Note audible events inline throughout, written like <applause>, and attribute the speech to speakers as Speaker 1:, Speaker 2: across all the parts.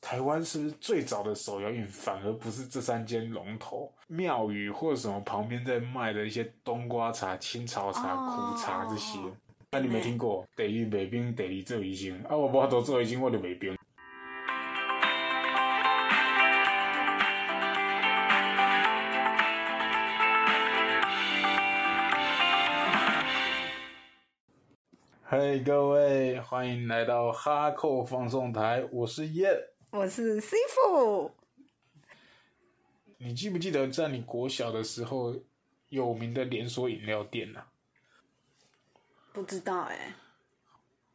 Speaker 1: 台湾是不是最早的手摇饮反而不是这三间龙头庙宇或者什么旁边在卖的一些冬瓜茶、青草茶、
Speaker 2: 哦
Speaker 1: 苦茶这些？那、你
Speaker 2: 真的
Speaker 1: 没听过？第一卖冰，第二做医生。啊，我无多做医生，我就卖冰。嗨，各位，欢迎来到哈扣放送台，我是燕。
Speaker 2: 我是师傅，
Speaker 1: 你记不记得在你国小的时候，有名的连锁饮料店啊？
Speaker 2: 不知道哎、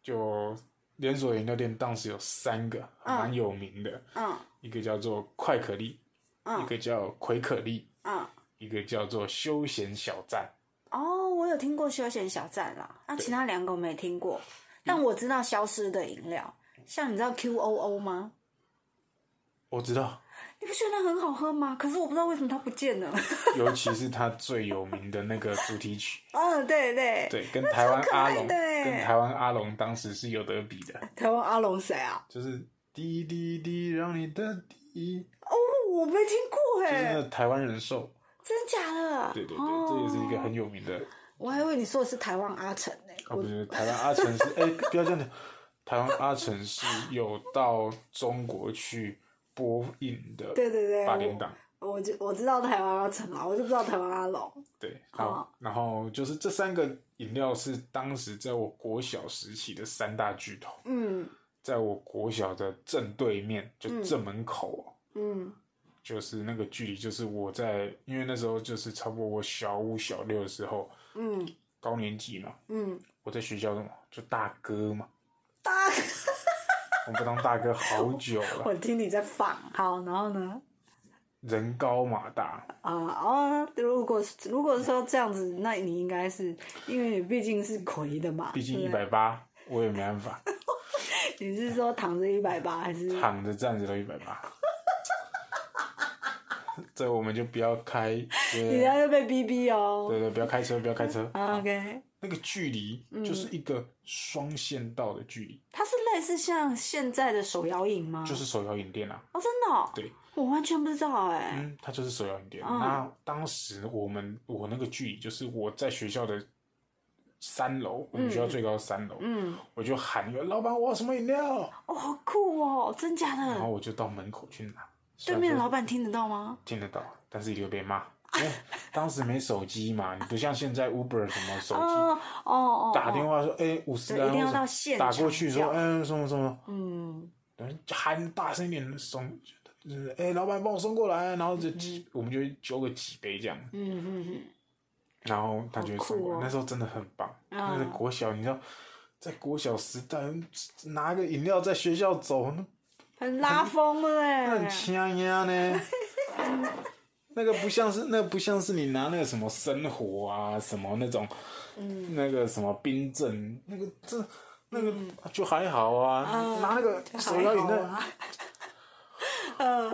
Speaker 1: 就连锁饮料店当时有三个，
Speaker 2: 嗯
Speaker 1: 蛮有名的，
Speaker 2: 嗯
Speaker 1: 一个叫做快可丽，一
Speaker 2: 嗯
Speaker 1: 个叫葵可丽，
Speaker 2: 嗯，
Speaker 1: 一个叫做休闲小站。
Speaker 2: 哦，我有听过休闲小站啦，那、其他两个我没听过，
Speaker 1: 嗯
Speaker 2: 但我知道消失的饮料，像你知道 QOO 吗？
Speaker 1: 我知
Speaker 2: <laughs>
Speaker 1: 道，
Speaker 2: 你不觉得很好喝吗？可是我不知道为什么它不
Speaker 1: <laughs>
Speaker 2: 见了。
Speaker 1: 尤其是它最有名的那个主题
Speaker 2: <laughs>
Speaker 1: 曲，
Speaker 2: 嗯，对对，
Speaker 1: 对，跟台湾
Speaker 2: 超可
Speaker 1: 阿
Speaker 2: 爱
Speaker 1: 龙，
Speaker 2: 的欸
Speaker 1: 跟台湾阿龙当时是有得比的，
Speaker 2: 台湾阿龙谁啊？
Speaker 1: 就是滴滴滴，让你的滴，
Speaker 2: 哦，我没听过
Speaker 1: 就是
Speaker 2: 哎、
Speaker 1: 那个台湾人寿，
Speaker 2: 真假的？
Speaker 1: 对对对，
Speaker 2: 哦
Speaker 1: 这也是一个很有名的
Speaker 2: 我还以为你说的是台湾阿成欸呢、
Speaker 1: 啊，
Speaker 2: 我
Speaker 1: 不是台湾阿成是哎、 <laughs> 不要这样讲，台湾阿成是有到中国去播映的
Speaker 2: 对对对，
Speaker 1: 八点档，
Speaker 2: 我我就我知道台湾阿成啦，我就不知道台湾阿龙。
Speaker 1: 对，好，
Speaker 2: 哦
Speaker 1: 然后就是这三个饮料是当时在我国小时期的三大巨头，
Speaker 2: 嗯
Speaker 1: 在我国小的正对面，就
Speaker 2: 嗯
Speaker 1: 正门口哦、
Speaker 2: 嗯
Speaker 1: 就是那个距离，就是我在，因为那时候就是差不多我小五、小六的时候，
Speaker 2: 嗯
Speaker 1: 高年级嘛，
Speaker 2: 嗯，
Speaker 1: 我在学校什么就大哥嘛，
Speaker 2: 大哥，
Speaker 1: 我们当大哥好久
Speaker 2: <laughs>
Speaker 1: 了，
Speaker 2: 我听你在放。好，然后呢？
Speaker 1: 人高马大，
Speaker 2: 啊、哦，如果是如果说这样子，那你应该是因为你毕竟是魁的嘛，
Speaker 1: 毕竟一
Speaker 2: 对不对
Speaker 1: 百八，我也没办法，
Speaker 2: 你是说躺着一百八还是？
Speaker 1: 躺着站着都一百八。 <laughs> 这我们就不要开，
Speaker 2: 你
Speaker 1: 对啊
Speaker 2: 要又被逼逼哦。
Speaker 1: 对对，不要开车，不要开车。
Speaker 2: 啊嗯 OK，
Speaker 1: 那个距离就是一个双线道的距离，
Speaker 2: 它是类似像现在的手摇饮吗？
Speaker 1: 就是手摇饮店啊。
Speaker 2: 哦，真的、哦，
Speaker 1: 对，
Speaker 2: 我完全不知道哎、
Speaker 1: 嗯，它就是手摇饮店。
Speaker 2: 嗯
Speaker 1: 那当时我们我那个距离就是我在学校的三楼，我们学校最高的三楼，
Speaker 2: 嗯，
Speaker 1: 我就喊一个老板，我要什么饮料？
Speaker 2: 哦，好酷哦，真假
Speaker 1: 然后
Speaker 2: 的？
Speaker 1: 我就到门口去拿。虽
Speaker 2: 对
Speaker 1: 然
Speaker 2: 面的
Speaker 1: 说
Speaker 2: 老板听得到吗？
Speaker 1: 听得到，但是一定会被骂， <laughs> 因为当时没手机嘛，你不像现在 Uber 什么手机。
Speaker 2: 哦哦哦，
Speaker 1: 打电
Speaker 2: 话，
Speaker 1: 话说，哎，五十
Speaker 2: 对
Speaker 1: 啊，
Speaker 2: 一定要
Speaker 1: 或者
Speaker 2: 到现
Speaker 1: 打
Speaker 2: 场
Speaker 1: 过去说，
Speaker 2: 叫
Speaker 1: 嗯，什么什么，
Speaker 2: 嗯，
Speaker 1: 等于喊大声一点送，就是哎，老板帮我送过来，然后就几，我们就揪个几杯这样，
Speaker 2: 嗯嗯嗯，
Speaker 1: 然后他就会送过来
Speaker 2: 好酷哦。
Speaker 1: 那时候真的很棒，
Speaker 2: 嗯
Speaker 1: 那个国小，你知道，在国小时代拿个饮料在学校走，那
Speaker 2: 很拉风的哎
Speaker 1: 那很
Speaker 2: 嘞，
Speaker 1: 呛呀呢。那个不像是，那个不像是你拿那个什么生活啊，什么那种，
Speaker 2: 嗯
Speaker 1: 那个什么冰镇，那个这那个就还好啊。
Speaker 2: 嗯
Speaker 1: 拿那个手摇饮料，
Speaker 2: 啊。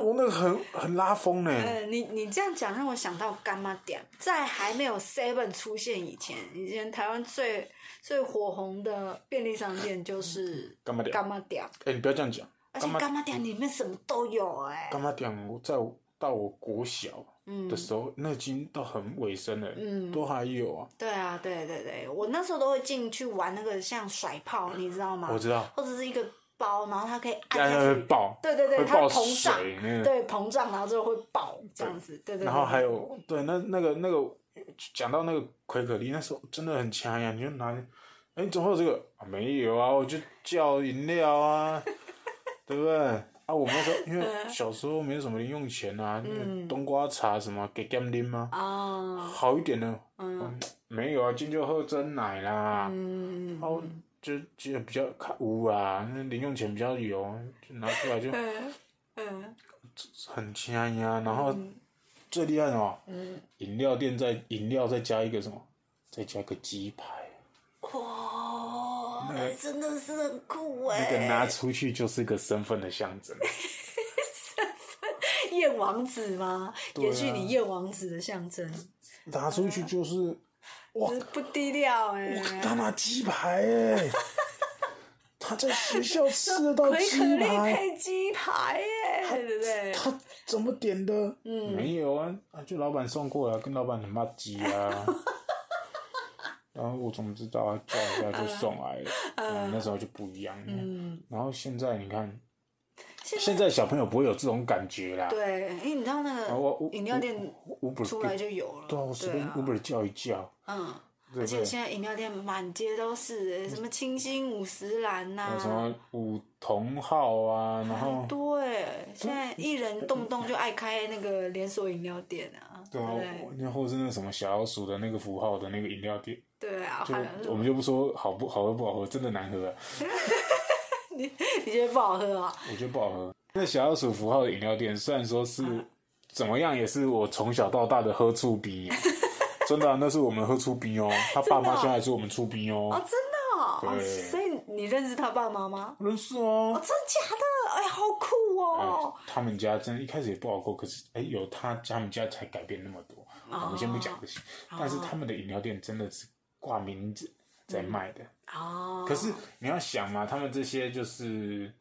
Speaker 1: 我那个很很拉风呢、
Speaker 2: 呃，你你这样讲让我想到干妈点，在还没有 Seven 出现以前，以前台湾最最火红的便利商店就是
Speaker 1: 干嘛点？哎、
Speaker 2: 干妈点，
Speaker 1: 你不要这样讲。
Speaker 2: 而且干妈点里面什么都有哎、
Speaker 1: 干嘛点？我在我到我国小
Speaker 2: 嗯
Speaker 1: 的，时候，那已经到很尾声了，
Speaker 2: 嗯
Speaker 1: 都还有啊。
Speaker 2: 对啊，对对对，我那时候都会进去玩那个像甩炮，你知道吗？
Speaker 1: 我知道，
Speaker 2: 或者是一个包，然后它可以按
Speaker 1: 但
Speaker 2: 下
Speaker 1: 是会
Speaker 2: 去，
Speaker 1: 爆，
Speaker 2: 对对对，
Speaker 1: 会
Speaker 2: 它
Speaker 1: 爆
Speaker 2: 膨胀，
Speaker 1: 水那个。
Speaker 2: 对膨胀，然后就会爆这样子，对对对。
Speaker 1: 然后还
Speaker 2: 有
Speaker 1: 有对那那个那个讲到那个奎可丽，那时候真的很强呀，你就拿，哎，你怎么会有这个？啊，没有啊，我就叫饮料
Speaker 2: <laughs>
Speaker 1: 啊，对不对？啊，我们那时候因为小时候没什么零用钱啊，
Speaker 2: 嗯
Speaker 1: 冬瓜茶什么给干啉吗？
Speaker 2: 啊，
Speaker 1: 好一点的
Speaker 2: 嗯
Speaker 1: 没有啊，今就喝真奶啦，
Speaker 2: 嗯，
Speaker 1: 然后就就比较看无啊，那零用钱比较有，就拿出来就
Speaker 2: 嗯嗯
Speaker 1: 很强呀，啊然后最厉害的哦。
Speaker 2: 嗯，
Speaker 1: 饮料店再饮料再加一个什么，再加个鸡排，
Speaker 2: 哇，
Speaker 1: 那个
Speaker 2: 哦哎真的是很酷
Speaker 1: 那个拿
Speaker 2: 哎，
Speaker 1: 出去就是个身份的象
Speaker 2: <laughs>
Speaker 1: 征。
Speaker 2: 燕王子吗？
Speaker 1: 对啊
Speaker 2: 延续你燕王子的象征，
Speaker 1: 拿出去就是，哇
Speaker 2: 啊真，是不低调哎， <laughs>
Speaker 1: 他拿鸡排哎、他在学校吃得到
Speaker 2: 奎
Speaker 1: 鸡
Speaker 2: 可丽
Speaker 1: 排，
Speaker 2: 配鸡排耶，对不对？
Speaker 1: 他怎么点的？
Speaker 2: 嗯，
Speaker 1: 没有啊，啊就老板送过来，跟老板很骂鸡
Speaker 2: <laughs>
Speaker 1: 啊。然后我怎么知道啊？叫一下就送来了，嗯，那时候就不一样了。
Speaker 2: 嗯，
Speaker 1: 然后现在你看，
Speaker 2: 现在
Speaker 1: 现在小朋友不会有这种感觉啦。
Speaker 2: 对，因为你知道那
Speaker 1: 啊我
Speaker 2: 个
Speaker 1: 我
Speaker 2: 饮料店
Speaker 1: ，Uber
Speaker 2: 出来就有了，
Speaker 1: 对啊，我随
Speaker 2: 对
Speaker 1: 便
Speaker 2: 啊，
Speaker 1: Uber 叫一叫，
Speaker 2: 嗯。
Speaker 1: 对
Speaker 2: 而
Speaker 1: 不
Speaker 2: 且
Speaker 1: 对？
Speaker 2: 现在饮料店满街都是欸，什么清新五十兰
Speaker 1: 还啊有什
Speaker 2: 呐，
Speaker 1: 么五同号啊，然后嗯
Speaker 2: 很多哎。现在艺人动不动就爱开那个连锁饮料店啊，
Speaker 1: 对
Speaker 2: 对
Speaker 1: 啊
Speaker 2: 不对，
Speaker 1: 那或是那什么小老鼠的那个符号的那个饮料店，
Speaker 2: 对啊，
Speaker 1: 就
Speaker 2: 还有
Speaker 1: 我们就不说好不好喝不好喝，真的难喝、啊，
Speaker 2: <laughs> 你觉得不好喝啊？
Speaker 1: 我觉得不好喝。那小老鼠符号的饮料店，虽然说是、
Speaker 2: 啊
Speaker 1: 怎么样，也是我从小到大的喝醋
Speaker 2: <laughs>
Speaker 1: 逼、真的啊、那是我们喝醋逼哦，他爸
Speaker 2: 真的
Speaker 1: 妈
Speaker 2: 哦
Speaker 1: 现在是我们醋逼哦，
Speaker 2: 哦，真的哦，哦
Speaker 1: 对
Speaker 2: 所以你认识他爸妈吗？
Speaker 1: 认识哦
Speaker 2: 哦，。真的假的？哎，好酷哦！
Speaker 1: 哎他们家真的一开始也不好过，可是哎、有他他们家才改变那么多。我们先不讲这些，
Speaker 2: 哦
Speaker 1: 但是他们的饮料店真的是挂名字在卖的。
Speaker 2: 哦，
Speaker 1: 哎可是你要想嘛，他们这些就是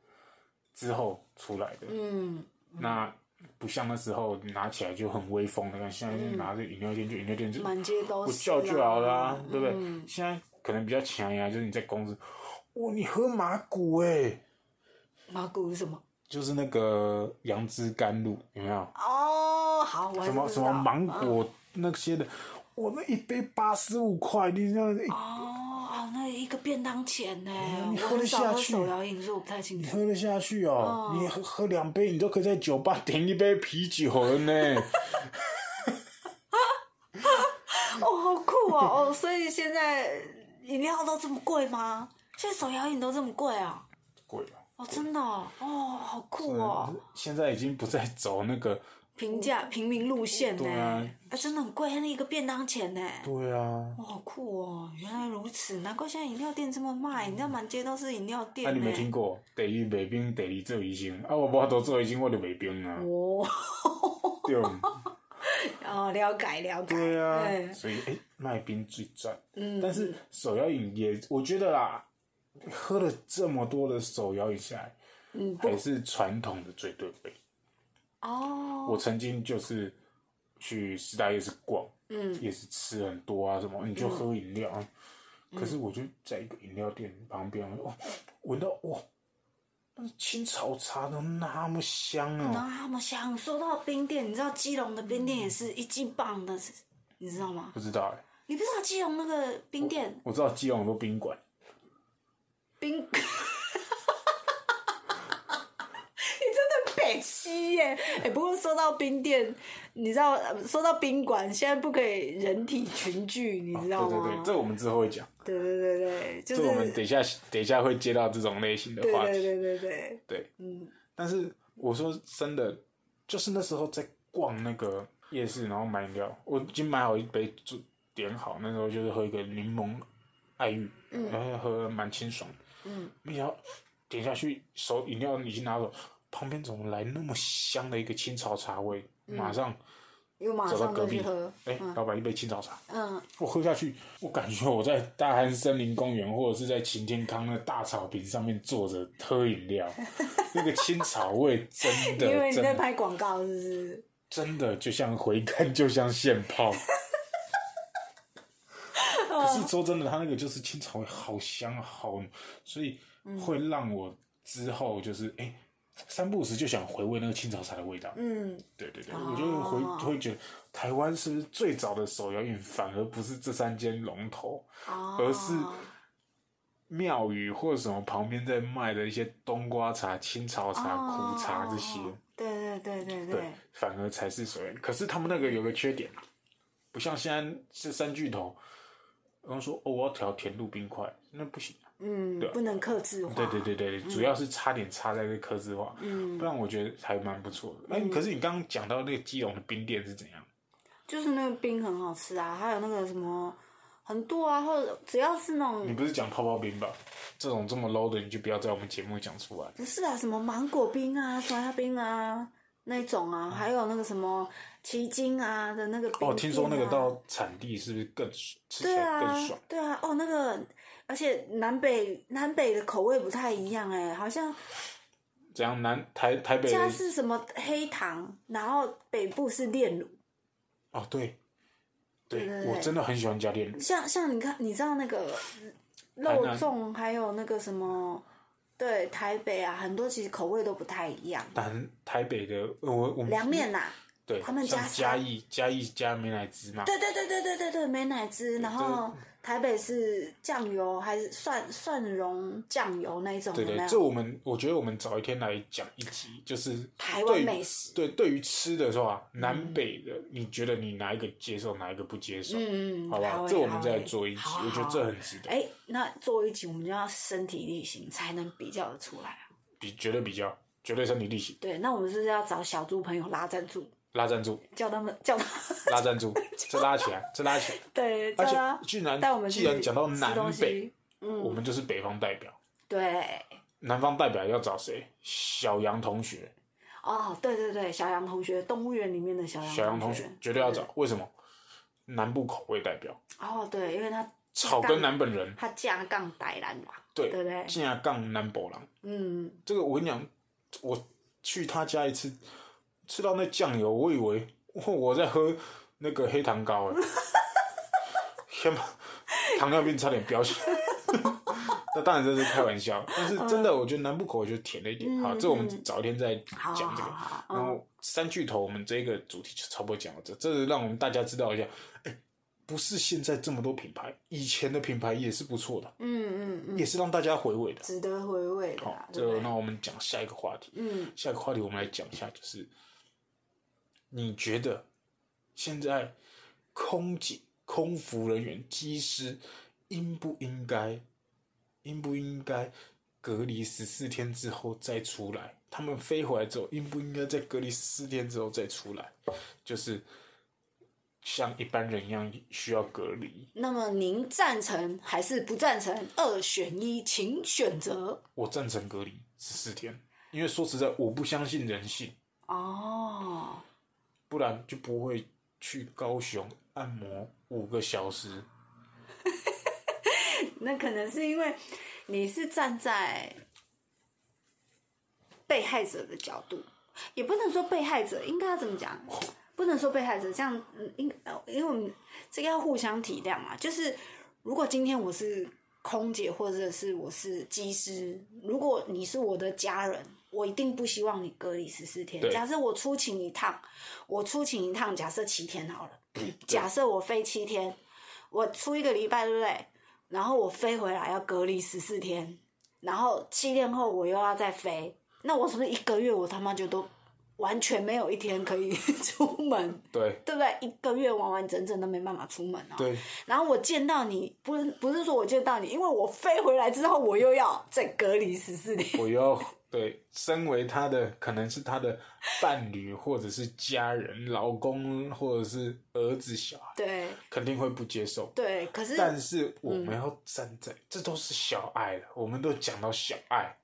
Speaker 1: 之后出来的，
Speaker 2: 嗯，
Speaker 1: 那不像那时候拿起来就很威风的，现在就拿着饮料店就饮料店就
Speaker 2: 嗯满街都
Speaker 1: 我
Speaker 2: 是，
Speaker 1: 叫就好啦、对不对？
Speaker 2: 嗯
Speaker 1: 现在可能比较强呀，就是你在公司，哇，你喝麻古哎、
Speaker 2: 麻古是什么？
Speaker 1: 就是那个杨枝甘露，有没有？
Speaker 2: 哦，好，我还
Speaker 1: 什么什
Speaker 2: 是不知
Speaker 1: 么
Speaker 2: 道
Speaker 1: 芒果那些的，我那一杯八十五块，你这样一
Speaker 2: 哦哦，那一个便当钱呢？
Speaker 1: 哎你
Speaker 2: 我
Speaker 1: 喝得
Speaker 2: 很
Speaker 1: 下
Speaker 2: 少喝
Speaker 1: 去
Speaker 2: 手摇饮，所以我不太清
Speaker 1: 你
Speaker 2: 楚。
Speaker 1: 喝得下去哦？你喝喝两杯，你都可以在酒吧点一杯啤酒了
Speaker 2: <laughs>
Speaker 1: 呢。
Speaker 2: 哦，好
Speaker 1: <laughs>
Speaker 2: 酷哦！哦，所以现在饮料都这么贵吗？现在手摇饮都这么贵啊？
Speaker 1: 贵了。
Speaker 2: 哦，真的哦，哦，好酷哦！
Speaker 1: 嗯，现在已经不再走那个，
Speaker 2: 平价平民路线呢、
Speaker 1: 对啊
Speaker 2: 啊真的很贵，那一个便当钱呢、
Speaker 1: 对啊。
Speaker 2: 哇，好酷哦！原来如此，难怪现在饮料店这么卖，你知道满街都是饮料
Speaker 1: 那、
Speaker 2: 店
Speaker 1: 啊你
Speaker 2: 呢、
Speaker 1: 没听过“第一卖冰，第二做医生”？啊，我无多做医生，我就卖冰啊，
Speaker 2: 哦，
Speaker 1: 对
Speaker 2: <laughs>
Speaker 1: 不
Speaker 2: 哦，了解了解。
Speaker 1: 对啊，
Speaker 2: 哎
Speaker 1: 所以哎、卖冰最赚。
Speaker 2: 嗯，
Speaker 1: 但是手摇饮也，我觉得啦，喝了这么多的手摇饮下来，
Speaker 2: 嗯不
Speaker 1: 还是传统的最对味。
Speaker 2: 哦，
Speaker 1: 我曾经就是去四大夜市逛，
Speaker 2: 嗯
Speaker 1: 也是吃很多啊什么，你就喝饮料啊。
Speaker 2: 嗯
Speaker 1: 可是我就在一个饮料店旁边，哦，闻到哇，那青草茶都那么香
Speaker 2: 然
Speaker 1: 啊！
Speaker 2: 后他们想说到冰店，你知道基隆的冰店也是一季棒的，是你知道吗？
Speaker 1: 不知道哎、
Speaker 2: 你不知道基隆那个冰店
Speaker 1: 我知道基隆有个宾馆，
Speaker 2: 冰，你真的北西耶！哎、不过说到冰店，你知道呃说到宾馆，现在不可以人体群聚，你知
Speaker 1: 对
Speaker 2: 道
Speaker 1: 对
Speaker 2: 吗
Speaker 1: 对，？这我们之后会讲，
Speaker 2: 对对对对，就
Speaker 1: 这
Speaker 2: 是
Speaker 1: 我们等一下等一下会接到这种类型的
Speaker 2: 对
Speaker 1: 话题。
Speaker 2: 对对对对，
Speaker 1: 对，
Speaker 2: 嗯
Speaker 1: 但是我说真的，就是那时候在逛那个夜市，然后买饮料，我已经买好一杯，就点好。那时候就是喝一个柠檬爱玉，然后喝蛮清爽的。
Speaker 2: 嗯，
Speaker 1: 没想到点下去，手饮料已经拿走，旁边怎么来那么香的一个青草茶味？马上
Speaker 2: 又嗯马
Speaker 1: 走到
Speaker 2: 上
Speaker 1: 隔
Speaker 2: 就去
Speaker 1: 壁
Speaker 2: 喝，，
Speaker 1: 哎、老板一杯青草茶，
Speaker 2: 嗯，
Speaker 1: 我喝下去，我感觉我在大汉森林公园或者是在擎天康的大草坪上面坐着喝饮
Speaker 2: <laughs>
Speaker 1: 料，那个青草味真
Speaker 2: 因为
Speaker 1: 的
Speaker 2: 你
Speaker 1: 真
Speaker 2: 在
Speaker 1: 的
Speaker 2: 拍广告是不是？
Speaker 1: 真的就像回甘，就像现
Speaker 2: <laughs>
Speaker 1: 泡。可是说真的，它那个就是青草味，好香啊好，所以
Speaker 2: 嗯
Speaker 1: 会让我之后就是哎、三不五时就想回味那个青草茶的味道。
Speaker 2: 嗯，
Speaker 1: 对对对，我就会
Speaker 2: 哦
Speaker 1: 回会觉得台湾是不是最早的手摇饮反而不是这三间龙头，
Speaker 2: 哦，
Speaker 1: 而是庙宇或者什么旁边在卖的一些冬瓜茶、青草茶、
Speaker 2: 哦
Speaker 1: 苦茶这些，
Speaker 2: 对对对对
Speaker 1: 对
Speaker 2: 对，，
Speaker 1: 反而才是所谓。可是他们那个有个缺点，啊不像现在是三巨头，然后说哦我要调甜度冰块，那不行。啊
Speaker 2: 嗯，不能克制化，
Speaker 1: 对对对对，主要是差点差在这刻字化，
Speaker 2: 嗯
Speaker 1: 不然我觉得还蛮不错的。哎、可是你刚刚讲到那个基隆的冰店是怎样？
Speaker 2: 就是那个冰很好吃啊，还有那个什么很多啊，或者只要是那
Speaker 1: 你
Speaker 2: 种
Speaker 1: 不是讲泡泡冰吧？这种这么 low 的，你就不要在我们节目讲出来。
Speaker 2: 不是啊，什么芒果冰啊、酸辣冰啊，那种啊，还有那个什么奇经啊的那个饼、
Speaker 1: 嗯哦，听说那个。到产地是不是更吃起
Speaker 2: 对
Speaker 1: 来
Speaker 2: 啊
Speaker 1: 更爽？，
Speaker 2: 对啊，哦，那个，而且南北南北的口味不太一样哎、好像
Speaker 1: 怎样？南台台北
Speaker 2: 家
Speaker 1: 的
Speaker 2: 是什么黑糖，然后北部是炼乳，
Speaker 1: 哦，对，
Speaker 2: 对对对
Speaker 1: 我真的很喜欢加炼乳。
Speaker 2: 像像你看，你知道那个
Speaker 1: 台
Speaker 2: 肉
Speaker 1: 南
Speaker 2: 粽，还有那个什么，对台北啊，很多其实口味都不太一样。
Speaker 1: 南台北的呃我我们
Speaker 2: 凉面啊呐、
Speaker 1: 对，
Speaker 2: 他们
Speaker 1: 像
Speaker 2: 家
Speaker 1: 嘉
Speaker 2: 沙
Speaker 1: 义嘉义加美乃滋嘛，
Speaker 2: 对对对对对对对，美乃滋，然后台北是酱油还是蒜蒜蓉酱油那一种
Speaker 1: 对
Speaker 2: 有没
Speaker 1: 对，这
Speaker 2: 有？
Speaker 1: 我们我觉得我们早一天来讲一集，就是
Speaker 2: 台
Speaker 1: 对
Speaker 2: 湾
Speaker 1: 于
Speaker 2: 美食，
Speaker 1: 对对于吃的是吧？南北的，你觉得你哪一个接受，哪一个不接受？
Speaker 2: 嗯，
Speaker 1: 好不
Speaker 2: 好欸
Speaker 1: 这我们
Speaker 2: 好
Speaker 1: 再
Speaker 2: 欸
Speaker 1: 做一集，
Speaker 2: 好啊
Speaker 1: 我觉得
Speaker 2: 好
Speaker 1: 这
Speaker 2: 啊
Speaker 1: 很值得，
Speaker 2: 哎，那做一集我们就要身体力行才能比较得出来啊。
Speaker 1: 比绝对比较，绝对身体力行，
Speaker 2: 对，那我们是不是要找小猪朋友拉赞助，
Speaker 1: 拉赞
Speaker 2: <laughs>
Speaker 1: 助，
Speaker 2: 叫他们叫他 <laughs>
Speaker 1: 拉赞助，这拉起来，这拉起来，
Speaker 2: 对，叫
Speaker 1: 而
Speaker 2: 他
Speaker 1: 且居然
Speaker 2: 啊带我们
Speaker 1: 既
Speaker 2: 去
Speaker 1: 然讲到
Speaker 2: 吃
Speaker 1: 南
Speaker 2: 东
Speaker 1: 北，
Speaker 2: 西，
Speaker 1: 我
Speaker 2: 嗯，
Speaker 1: 们就是北方代表，
Speaker 2: 对，
Speaker 1: 南方代表要找谁？小杨同学，
Speaker 2: 哦，对对对，小杨同学，动物园里面的小杨
Speaker 1: 小杨同
Speaker 2: 同
Speaker 1: 学绝对要找，为什么？南部口味代表，
Speaker 2: 哦，对，因为他
Speaker 1: 草根南本人，
Speaker 2: 他架杠白兰嘛，
Speaker 1: 对
Speaker 2: 对不对？
Speaker 1: 竟然杠南博郎。
Speaker 2: 嗯，
Speaker 1: 这个我跟你讲，我去他家一次，吃到那酱油，我以为 <laughs> 我在喝那个黑糖
Speaker 2: <laughs>
Speaker 1: 糕哎，天哪，糖尿病差点飙起来。 <laughs> 那当然这是开玩笑，但是真的，我觉得南部口味就甜了一点。
Speaker 2: 嗯
Speaker 1: 好，这我们
Speaker 2: 嗯
Speaker 1: 早一天再
Speaker 2: 好
Speaker 1: 讲这
Speaker 2: 好
Speaker 1: 个。
Speaker 2: 好，
Speaker 1: 然
Speaker 2: 嗯，
Speaker 1: 后三巨头，我们这个主题就差不多讲到这，这是让我们大家知道一下，哎，不是现在这么多品牌，以前的品牌也是不错的，
Speaker 2: 嗯嗯
Speaker 1: 也
Speaker 2: 嗯，
Speaker 1: 是让大家回味的。
Speaker 2: 值得回味的
Speaker 1: 好
Speaker 2: 啦，，啊对
Speaker 1: 这
Speaker 2: 不
Speaker 1: 那
Speaker 2: 对？
Speaker 1: 我们讲下一个话题。
Speaker 2: 嗯，
Speaker 1: 下一个话题我们来讲一下，就是你觉得现在空姐、空服人员、机师应不应该、应不应该隔离十四天之后再出来？他们飞回来之后，应不应该在隔离十四天之后再出来？就是像一般人一样需要隔离。
Speaker 2: 那么您赞成还是不赞成？二选一，请选择。
Speaker 1: 我赞成隔离十四天，因为说实在，我不相信人性。
Speaker 2: 哦，
Speaker 1: 不然就不会去高雄按摩五个小时。
Speaker 2: 那可能是因为你是站在被害者的角度，也不能说被害者，应该要怎么讲？不能说被害者，这样嗯应呃因为我们这个要互相体谅嘛。就是如果今天我是空姐，或者是我是机师，如果你是我的家人，我一定不希望你隔离十四天
Speaker 1: 对。
Speaker 2: 假设我出勤一趟，我出勤一趟，假设七天好了，假设我飞七天，我出一个礼拜，对不对？然后我飞回来要隔离十四天，然后七天后我又要再飞，那我是不是一个月我他妈就都完全没有一天可以 <laughs> 出门，
Speaker 1: 对
Speaker 2: 对不对？一个月完完整整都没办法出门哦。
Speaker 1: 对，
Speaker 2: 然后我见到你，不是不是说我见到你，因为我飞回来之后我又要再隔离十四天。
Speaker 1: 我要对，身为他的可能是他的伴侣或者是家人、老公或者是儿子、小孩，
Speaker 2: 对
Speaker 1: 肯定会不接受。
Speaker 2: 对，可是嗯
Speaker 1: 但是我们要站在，这都是小爱了，我们都讲到小爱，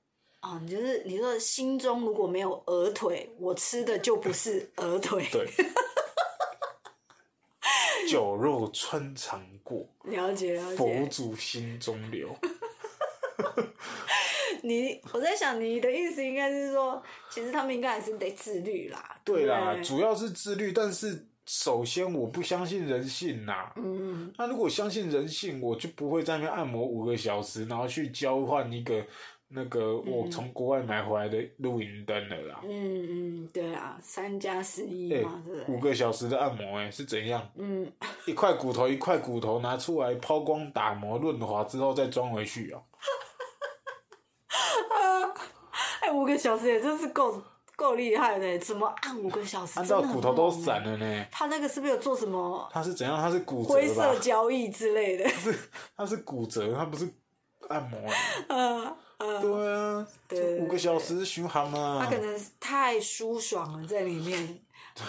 Speaker 2: 哦，你就是你说心中如果没有鹅腿，我吃的就不是鹅腿。 <laughs>
Speaker 1: 对，酒肉穿肠过，
Speaker 2: 了解了
Speaker 1: 佛
Speaker 2: 解。
Speaker 1: 祖心中留。
Speaker 2: 你我在想你的意思应该是说，其实他们应该还是得自律啦。
Speaker 1: 对
Speaker 2: 不
Speaker 1: 啦，
Speaker 2: 对
Speaker 1: 主要是自律，但是首先我不相信人性呐、
Speaker 2: 嗯，
Speaker 1: 那如果相信人性，我就不会在那边按摩五个小时，然后去交换一个那个我从国外买回来的露营灯了啦。
Speaker 2: 嗯嗯嗯，对啊，三加十一
Speaker 1: 哎
Speaker 2: 嘛，对不
Speaker 1: 五
Speaker 2: 对？
Speaker 1: 个小时的按摩、哎，是怎样？
Speaker 2: 嗯，
Speaker 1: 一块骨头一块骨头拿出来抛光打磨润滑之后再装回去哦、
Speaker 2: 哎、五个小时也真是够够厉害的，怎么按五个小时？
Speaker 1: 按照
Speaker 2: 真的很
Speaker 1: 骨头都
Speaker 2: 猛哎
Speaker 1: 散了呢。
Speaker 2: 他那个是不是有做什么
Speaker 1: 它是怎样？它是骨
Speaker 2: 灰
Speaker 1: 折吧
Speaker 2: 色？交易之类的？ <laughs>
Speaker 1: 它是骨折，它不是按摩、哎
Speaker 2: 嗯嗯，
Speaker 1: 对啊，
Speaker 2: 对
Speaker 1: 这五个小时循环啊。
Speaker 2: 他可能是太舒爽了，在里
Speaker 1: <laughs>
Speaker 2: 面，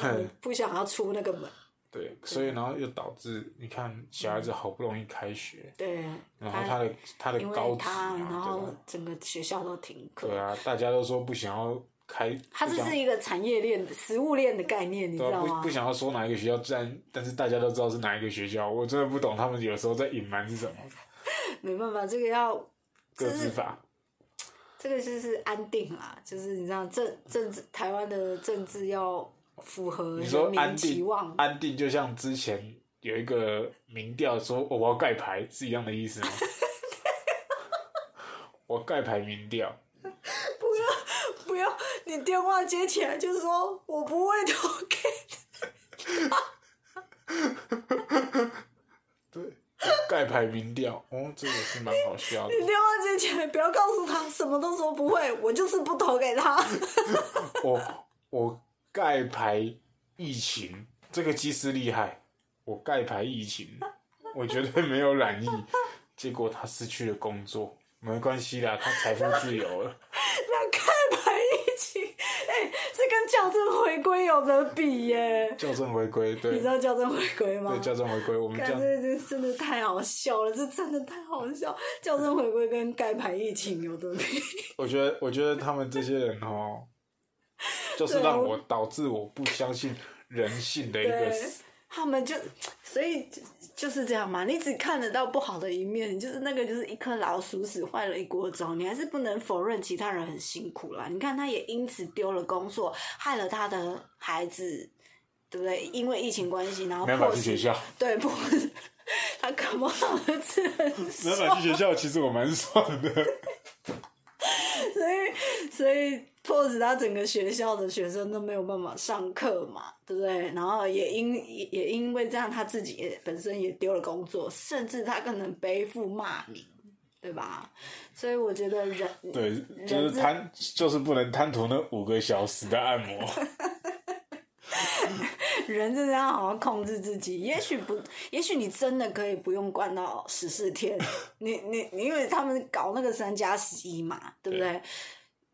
Speaker 1: 对
Speaker 2: 不想要出那个门。嗯
Speaker 1: 对，所以然后又导致你看小孩子好不容易开学，
Speaker 2: 对，
Speaker 1: 然后他的他的
Speaker 2: 因
Speaker 1: 高
Speaker 2: 为
Speaker 1: 职
Speaker 2: 他，然
Speaker 1: 啊，
Speaker 2: 后整个学校都停课。
Speaker 1: 对啊，对啊，大家都说不想要开，
Speaker 2: 它
Speaker 1: 不
Speaker 2: 这
Speaker 1: 想
Speaker 2: 是一个产业链的食物链的概念，你知
Speaker 1: 对啊，
Speaker 2: 道
Speaker 1: 不
Speaker 2: 吗
Speaker 1: 不？想要说哪一个学校，但但是大家都知道是哪一个学校，我真的不懂他们有时候在隐瞒是什么，
Speaker 2: 没办法，这个要
Speaker 1: 各
Speaker 2: 这
Speaker 1: 自
Speaker 2: 是
Speaker 1: 法。
Speaker 2: 这个就是安定啦，就是你知道政政治台湾的政治要符合
Speaker 1: 你说
Speaker 2: 人
Speaker 1: 安
Speaker 2: 民期
Speaker 1: 定
Speaker 2: 望，
Speaker 1: 安定就像之前有一个民调说、哦我要盖牌是一样的意
Speaker 2: <laughs>
Speaker 1: 思吗？我盖牌民调，
Speaker 2: 不要你电话接起来就说我不会投给
Speaker 1: 对，我盖牌民调，哦，这个是蛮好笑的
Speaker 2: 你，。电话接起来不要告诉他什么都说不会，我就是不投
Speaker 1: <laughs>
Speaker 2: 给他。
Speaker 1: 我我盖牌疫情，这个机师厉害，我盖牌疫情，我绝对没有染疫，结果他失去了工作，没关系啦，他财富自由了。
Speaker 2: 那开牌一起，哎、这跟校正回归有得比耶。
Speaker 1: 校正回归，
Speaker 2: 你
Speaker 1: 对
Speaker 2: 知道校正回归吗
Speaker 1: 对，？校正回归，我们
Speaker 2: 看
Speaker 1: 这样
Speaker 2: 这这真的太好笑了，这真的太好笑。校正回归跟盖牌疫情有得比。
Speaker 1: 我觉得，我觉得他们这些人哦，就是
Speaker 2: 对啊
Speaker 1: 让
Speaker 2: 我
Speaker 1: 我导致我不相信人性的一个
Speaker 2: 对，他们就所以就就是这样嘛。你只看得到不好的一面，就是那个就是一颗老鼠屎坏了一锅粥，你还是不能否认其他人很辛苦啦。你看他也因此丢了工作，害了他的孩子，对不对？因为疫情关系，然后
Speaker 1: 没办法去学
Speaker 2: pos- <laughs>
Speaker 1: 校，
Speaker 2: 对不？他搞不好儿子很
Speaker 1: 没办法去学校，其实我蛮爽的。
Speaker 2: 所以所以迫使他整个学校的学生都没有办法上课嘛，对不对？然后也因也也因为这样，他自己也本身也丢了工作，甚至他可能背负骂名，对吧？所以我觉得人
Speaker 1: 对，就是
Speaker 2: 之
Speaker 1: 贪，就是不能贪图那五个小时的按摩。
Speaker 2: 人真的要好好控制自己。也许不， <laughs> 也许你真的可以不用关到十
Speaker 1: <laughs>
Speaker 2: 四天。你你你，因为他们搞那个三加十一嘛，对不对？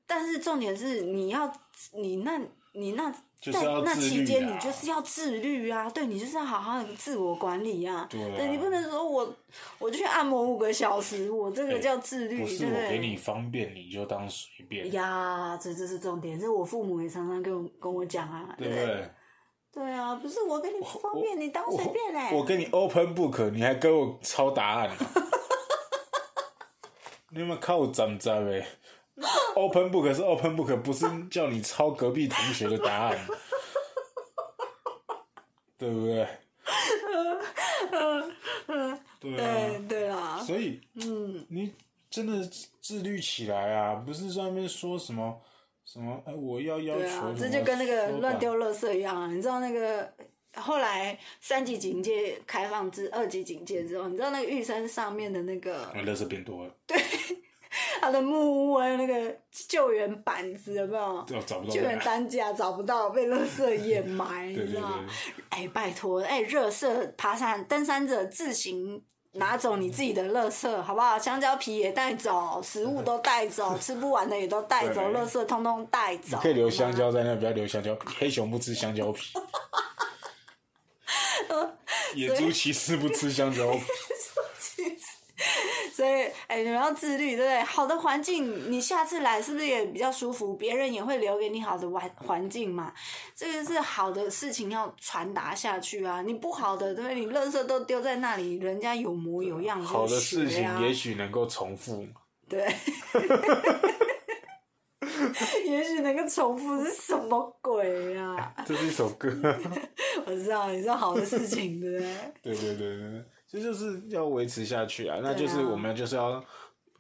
Speaker 2: 但是重点是你要你那。你那
Speaker 1: 就是
Speaker 2: 在
Speaker 1: 要
Speaker 2: 那
Speaker 1: 自
Speaker 2: 期
Speaker 1: 律
Speaker 2: 间，
Speaker 1: 啊
Speaker 2: 你就是要自律啊，对你就是要好好的自我管理啊。
Speaker 1: 对啊
Speaker 2: 你不能说我我去按摩五个小时，我这个
Speaker 1: 对
Speaker 2: 叫自律，
Speaker 1: 哎不是
Speaker 2: <laughs> 对不
Speaker 1: 我
Speaker 2: 对？哎
Speaker 1: 给你方便，你就当随便，
Speaker 2: 呀，这这是重点，这我父母也常常跟我跟我讲啊，
Speaker 1: 对
Speaker 2: 不
Speaker 1: 不对？
Speaker 2: 对啊，不是我给你方便，你当随便嘞、
Speaker 1: 我给你 open book，你还跟我抄答案、啊 <laughs> 你有没有看我长长哎？open book 是 open book，不是叫你抄隔壁同学的答案，对
Speaker 2: <laughs>
Speaker 1: 不对？啊
Speaker 2: 呃
Speaker 1: 对啊，
Speaker 2: 对对啦，
Speaker 1: 所以，嗯，你真的自律起来啊，不是上面说什么什么，哎，我要要求
Speaker 2: 对
Speaker 1: 什
Speaker 2: 啊
Speaker 1: 么，
Speaker 2: 这就跟那个
Speaker 1: 手感
Speaker 2: 乱丢垃圾一样啊！你知道那个后来三级警戒开放至二级警戒之后，你知道那个玉山上面的
Speaker 1: <laughs>
Speaker 2: 那个
Speaker 1: 啊，垃圾变多了，
Speaker 2: 它的木屋还有那个救援板子有没有？
Speaker 1: 找找不到
Speaker 2: 救援
Speaker 1: 人来啊
Speaker 2: 担啊架找不到，被垃圾掩埋，你
Speaker 1: 对
Speaker 2: 知
Speaker 1: 对
Speaker 2: 道吗
Speaker 1: 对？
Speaker 2: 哎、拜托，哎、热色爬山登山者自行拿走你自己的垃圾，好不好？香蕉皮也带走，食物都带
Speaker 1: <laughs>
Speaker 2: 走，吃不完的也都带走，
Speaker 1: 对
Speaker 2: 垃圾通通带
Speaker 1: 你
Speaker 2: 走。
Speaker 1: 可以留香蕉在那，不要留香蕉
Speaker 2: <laughs>
Speaker 1: 皮。黑熊不吃香蕉皮，野猪骑士不吃香蕉
Speaker 2: <laughs>
Speaker 1: 皮。
Speaker 2: 所以，哎、你们要自律，对不对？好的环境，你下次来是不是也比较舒服？别人也会留给你好的环环境嘛。这个是好的事情要传达下去啊。你不好的，对不对？你垃圾都丢在那里，人家有模有样、
Speaker 1: 好的
Speaker 2: 就
Speaker 1: 事
Speaker 2: 学
Speaker 1: 情
Speaker 2: 啊
Speaker 1: 也许能够重复嘛， <laughs>
Speaker 2: 对，也许那个重复是什么鬼啊？
Speaker 1: 这是一首歌。
Speaker 2: 我知道你说好的事情，对不对？
Speaker 1: 对对对对，对这就是要维持下去啊。那
Speaker 2: 对
Speaker 1: 就
Speaker 2: 啊
Speaker 1: 是我们就是要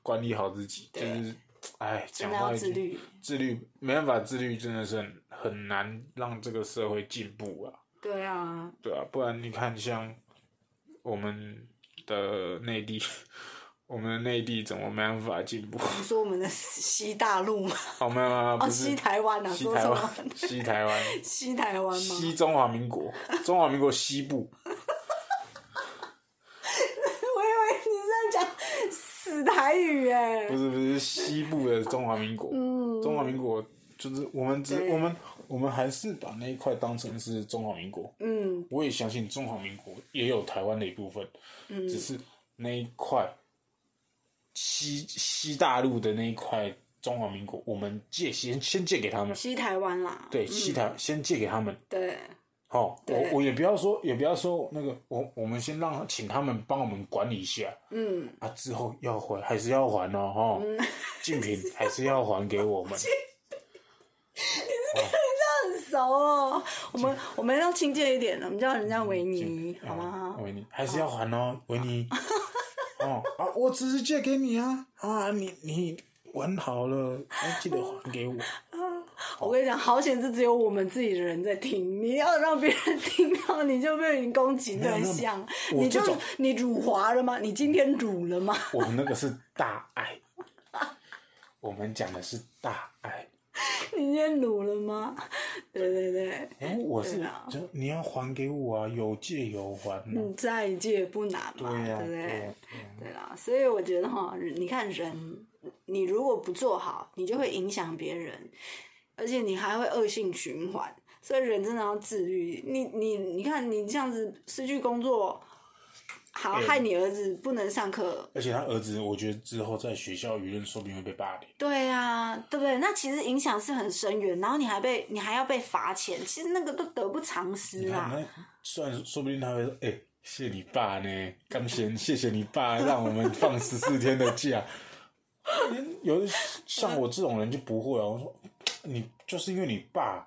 Speaker 1: 管理好自己，就
Speaker 2: 对
Speaker 1: 是哎，
Speaker 2: 真
Speaker 1: <laughs> 讲
Speaker 2: 的
Speaker 1: 话
Speaker 2: 要
Speaker 1: 一
Speaker 2: 自
Speaker 1: 句，
Speaker 2: 律，
Speaker 1: 自律没办法，自律真的是很很难让这个社会进步啊。
Speaker 2: 对啊，
Speaker 1: 对啊，不然你看像我们的内地， <laughs> 我们的内地怎么没办法进步？ <laughs>
Speaker 2: 你说我们的西大陆嘛，
Speaker 1: 哦，没有没有，没有
Speaker 2: 哦，
Speaker 1: 不是
Speaker 2: 西台湾啊，
Speaker 1: 西
Speaker 2: 说
Speaker 1: 台
Speaker 2: 什
Speaker 1: 湾
Speaker 2: 么？，
Speaker 1: 西台湾，
Speaker 2: 西台湾吗？
Speaker 1: 西中华民国，中华民国西部，
Speaker 2: 我以为你在讲死台语哎、
Speaker 1: 不是不是西部的中华民国，中华民国就是我们只
Speaker 2: 嗯对
Speaker 1: 我们我们还是把那一块当成是中华民国，
Speaker 2: 嗯，
Speaker 1: 我也相信中华民国也有台湾的一部分，
Speaker 2: 嗯
Speaker 1: 只是那一块西西大陆的那一块中华民国，我们借先先借给他们，
Speaker 2: 西台湾啦，
Speaker 1: 对，西台、先借给他们，
Speaker 2: 对
Speaker 1: 哦，
Speaker 2: 对
Speaker 1: 我我也不要说，也不要说那个，我我们先让他请他们帮我们管理一下，
Speaker 2: 嗯，
Speaker 1: 啊，之后要还还是要还哦，哦，竞
Speaker 2: <laughs>
Speaker 1: 品还是要还给我们，
Speaker 2: 很熟哦。我们我们要亲切一点的，我们叫人家维尼，
Speaker 1: 嗯
Speaker 2: 好吗？
Speaker 1: 维尼还是要还哦，维尼， <laughs> 哦啊，我只是借给你啊，啊，你你玩好了，要记得还给我，
Speaker 2: 我跟你讲，好险是只有我们自己的人在听，你要让别人听到，你就被你攻击对象，
Speaker 1: 没有没有
Speaker 2: 你就
Speaker 1: 我这种
Speaker 2: 你辱华了吗？你今天辱
Speaker 1: <laughs>
Speaker 2: 了吗？
Speaker 1: 我们那个是大爱，
Speaker 2: <laughs>
Speaker 1: 我们讲的是大爱。
Speaker 2: 你今天辱了吗？对对对，
Speaker 1: 然后我是
Speaker 2: 对啊
Speaker 1: 就你要还给我啊，有借有还嘛。
Speaker 2: 你嗯再借不难嘛，
Speaker 1: 对呀、啊
Speaker 2: 不对？
Speaker 1: 对呀、
Speaker 2: 对啦，所以我觉得哈，你看人，你如果不做好，你就会影响别人，而且你还会恶性循环。所以人真的要自律。你你你看，你这样子失去工作，好
Speaker 1: 哎
Speaker 2: 害你儿子不能上课。
Speaker 1: 而且他儿子，我觉得之后在学校舆论说不定会被霸凌。
Speaker 2: 对啊，对不对？那其实影响是很深远，然后你还被你还要被罚钱，其实那个都得不偿失啊
Speaker 1: 你看，
Speaker 2: 啦。
Speaker 1: 那虽然说不定他会说，哎、谢你爸呢，刚贤，谢谢你爸让我们放十四天的假。 <laughs> 有像我这种人就不会啊，我说你就是因为你爸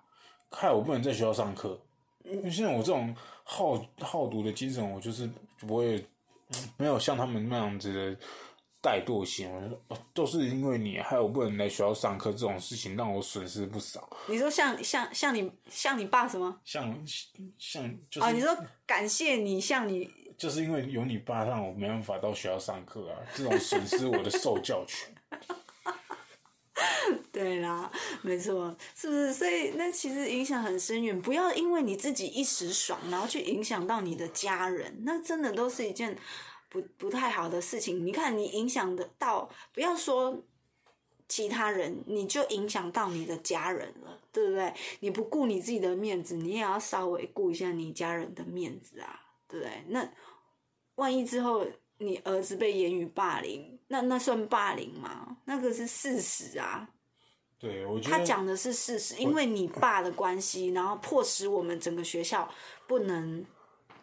Speaker 1: 害我不能在学校上课。因为现在我这种好好赌的精神，我就是不会没有像他们那样子的怠惰性。我就说、哦、都是因为你害我不能来学校上课这种事情，让我损失不少。
Speaker 2: 你说像像像你像你爸什么？
Speaker 1: 像像就是、
Speaker 2: 啊，你说感谢你，像你
Speaker 1: 就是因为有你爸让我没办法到学校上课啊， <laughs> 这种损失我的受教权。
Speaker 2: 对啦，没错，是不是？所以那其实影响很深远，不要因为你自己一时爽，然后去影响到你的家人，那真的都是一件不不太好的事情。你看，你影响得到，不要说其他人，你就影响到你的家人了，对不对？你不顾你自己的面子，你也要稍微顾一下你家人的面子啊，对不对？那万一之后你儿子被言语霸凌，那那算霸凌吗？那个是事实啊，
Speaker 1: 对，我觉
Speaker 2: 他
Speaker 1: 得
Speaker 2: 讲的是事实，因为你爸的关系，然后迫使我们整个学校不能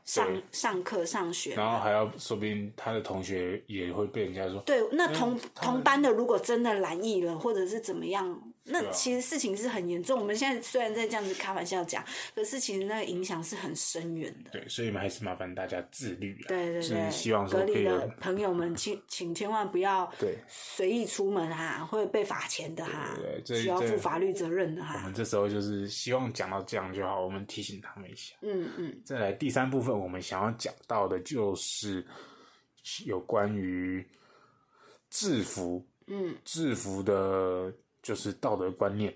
Speaker 2: 上
Speaker 1: 对
Speaker 2: 上课上学。
Speaker 1: 然后还要说不定他的同学也会被人家说，
Speaker 2: 对，那同、
Speaker 1: 他们
Speaker 2: 同班的如果真的染疫了，或者是怎么样，那
Speaker 1: 对啊
Speaker 2: 其实事情是很严重。我们现在虽然在这样子开玩笑讲，可是其实那个影响是很深远的。
Speaker 1: 对，所以还是麻烦大家自律啊。
Speaker 2: 对对对，
Speaker 1: 是希望说
Speaker 2: 隔
Speaker 1: 可以
Speaker 2: 离的
Speaker 1: 有
Speaker 2: 朋友们，请请千万不要
Speaker 1: 对
Speaker 2: 随意出门哈、会被罚钱的哈、
Speaker 1: 对对这
Speaker 2: 需要
Speaker 1: 这
Speaker 2: 负法律责任的哈、
Speaker 1: 我们这时候就是希望讲到这样就好，我们提醒他们一下。
Speaker 2: 嗯嗯，
Speaker 1: 再来第三部分，我们想要讲到的就是有关于制服，
Speaker 2: 嗯，
Speaker 1: 制服的就是道德观念，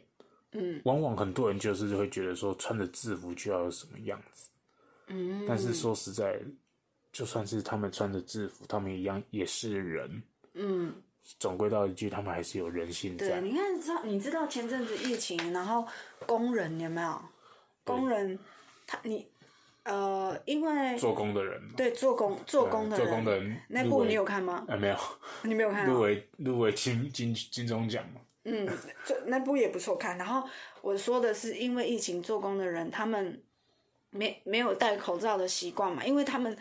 Speaker 2: 嗯，
Speaker 1: 往往很多人就是会觉得说穿着制服就要有什么样子，
Speaker 2: 嗯，
Speaker 1: 但是说实在，就算是他们穿着制服，他们一样也是人，
Speaker 2: 嗯。
Speaker 1: 总归到一句，他们还是有人性
Speaker 2: 对，
Speaker 1: 在。
Speaker 2: 你看，知道你知道前阵子疫情，然后工人有没有？工人，他你呃，因为
Speaker 1: 做工的人嘛，
Speaker 2: 对做工做工的
Speaker 1: 做
Speaker 2: 人，
Speaker 1: 工的人
Speaker 2: 那
Speaker 1: 入
Speaker 2: 部
Speaker 1: 围
Speaker 2: 你有看吗？
Speaker 1: 啊，没有
Speaker 2: 你没有看、
Speaker 1: <laughs> 入
Speaker 2: 啊？
Speaker 1: 围入围金金金钟奖嘛，
Speaker 2: 嗯，这那部也不错看。然后我说的是，因为疫情做工的人，他们没没有戴口罩的习惯嘛，因为他们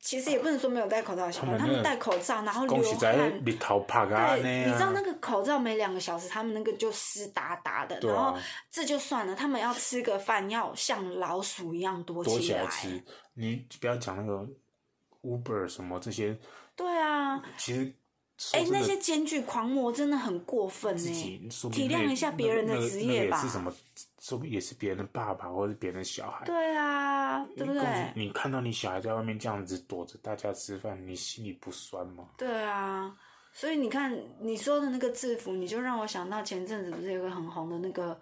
Speaker 2: 其实也不能说没有戴口罩的习惯，
Speaker 1: 他
Speaker 2: 他
Speaker 1: 们那
Speaker 2: 们
Speaker 1: 个
Speaker 2: 戴口罩，然后
Speaker 1: 恭
Speaker 2: 哦流
Speaker 1: 喜在
Speaker 2: 汗。
Speaker 1: 日头拍啊
Speaker 2: 对，
Speaker 1: 那
Speaker 2: 你知道
Speaker 1: 啊
Speaker 2: 那，个口罩每两个小时，他们那个就湿哒哒的，
Speaker 1: 对
Speaker 2: 然
Speaker 1: 啊
Speaker 2: 后，这就算了，他们要吃个饭要像老鼠一样躲
Speaker 1: 啊躲
Speaker 2: 起
Speaker 1: 起来吃。你不要讲那个 Uber 什么这些，
Speaker 2: 对啊，
Speaker 1: 其实嗯说
Speaker 2: 哎、
Speaker 1: 真的
Speaker 2: 那些检举狂魔真的很过分
Speaker 1: 自
Speaker 2: 呢、
Speaker 1: 己说不
Speaker 2: 体
Speaker 1: 定
Speaker 2: 谅
Speaker 1: 那
Speaker 2: 一下
Speaker 1: 那
Speaker 2: 别人的
Speaker 1: 那个
Speaker 2: 职
Speaker 1: 那个
Speaker 2: 业
Speaker 1: 也
Speaker 2: 吧
Speaker 1: 是什么，说不定也是别人的爸爸或者是别人的小孩。
Speaker 2: 对啊，对不
Speaker 1: 你恭喜
Speaker 2: 对？
Speaker 1: 嗯你看到你小孩在外面这样子躲着大家吃饭，你心里不酸吗？
Speaker 2: 对啊，所以你看你说的那个制服，你就让我想到前阵子不是有个很红的那个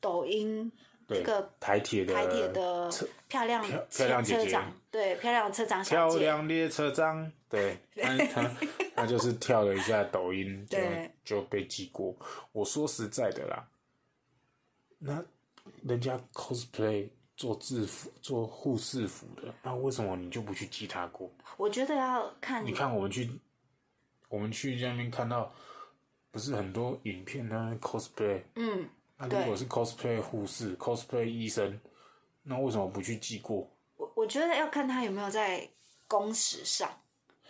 Speaker 2: 抖音
Speaker 1: 对
Speaker 2: 那个
Speaker 1: 台铁的
Speaker 2: 台铁的
Speaker 1: 车
Speaker 2: 漂亮
Speaker 1: 漂漂
Speaker 2: 车
Speaker 1: 亮姐
Speaker 2: 车
Speaker 1: 姐
Speaker 2: 长，对漂亮车长小
Speaker 1: 漂
Speaker 2: 姐，
Speaker 1: 亮列车长，
Speaker 2: <laughs>
Speaker 1: 对，他他他就是跳了一下抖音，就
Speaker 2: 对
Speaker 1: 就被记过。我说实在的啦，那人家 cosplay 做制服、做护士服的，那为什么你就不去记他过？
Speaker 2: 我觉得要看
Speaker 1: 你看我们去，我们去那边看到不是很多影片呢 cosplay，
Speaker 2: 嗯，
Speaker 1: 那
Speaker 2: 对
Speaker 1: 如果是 cosplay 护士、cosplay 医生，那为什么不去记过？
Speaker 2: 我我觉得要看他有没有在工时上，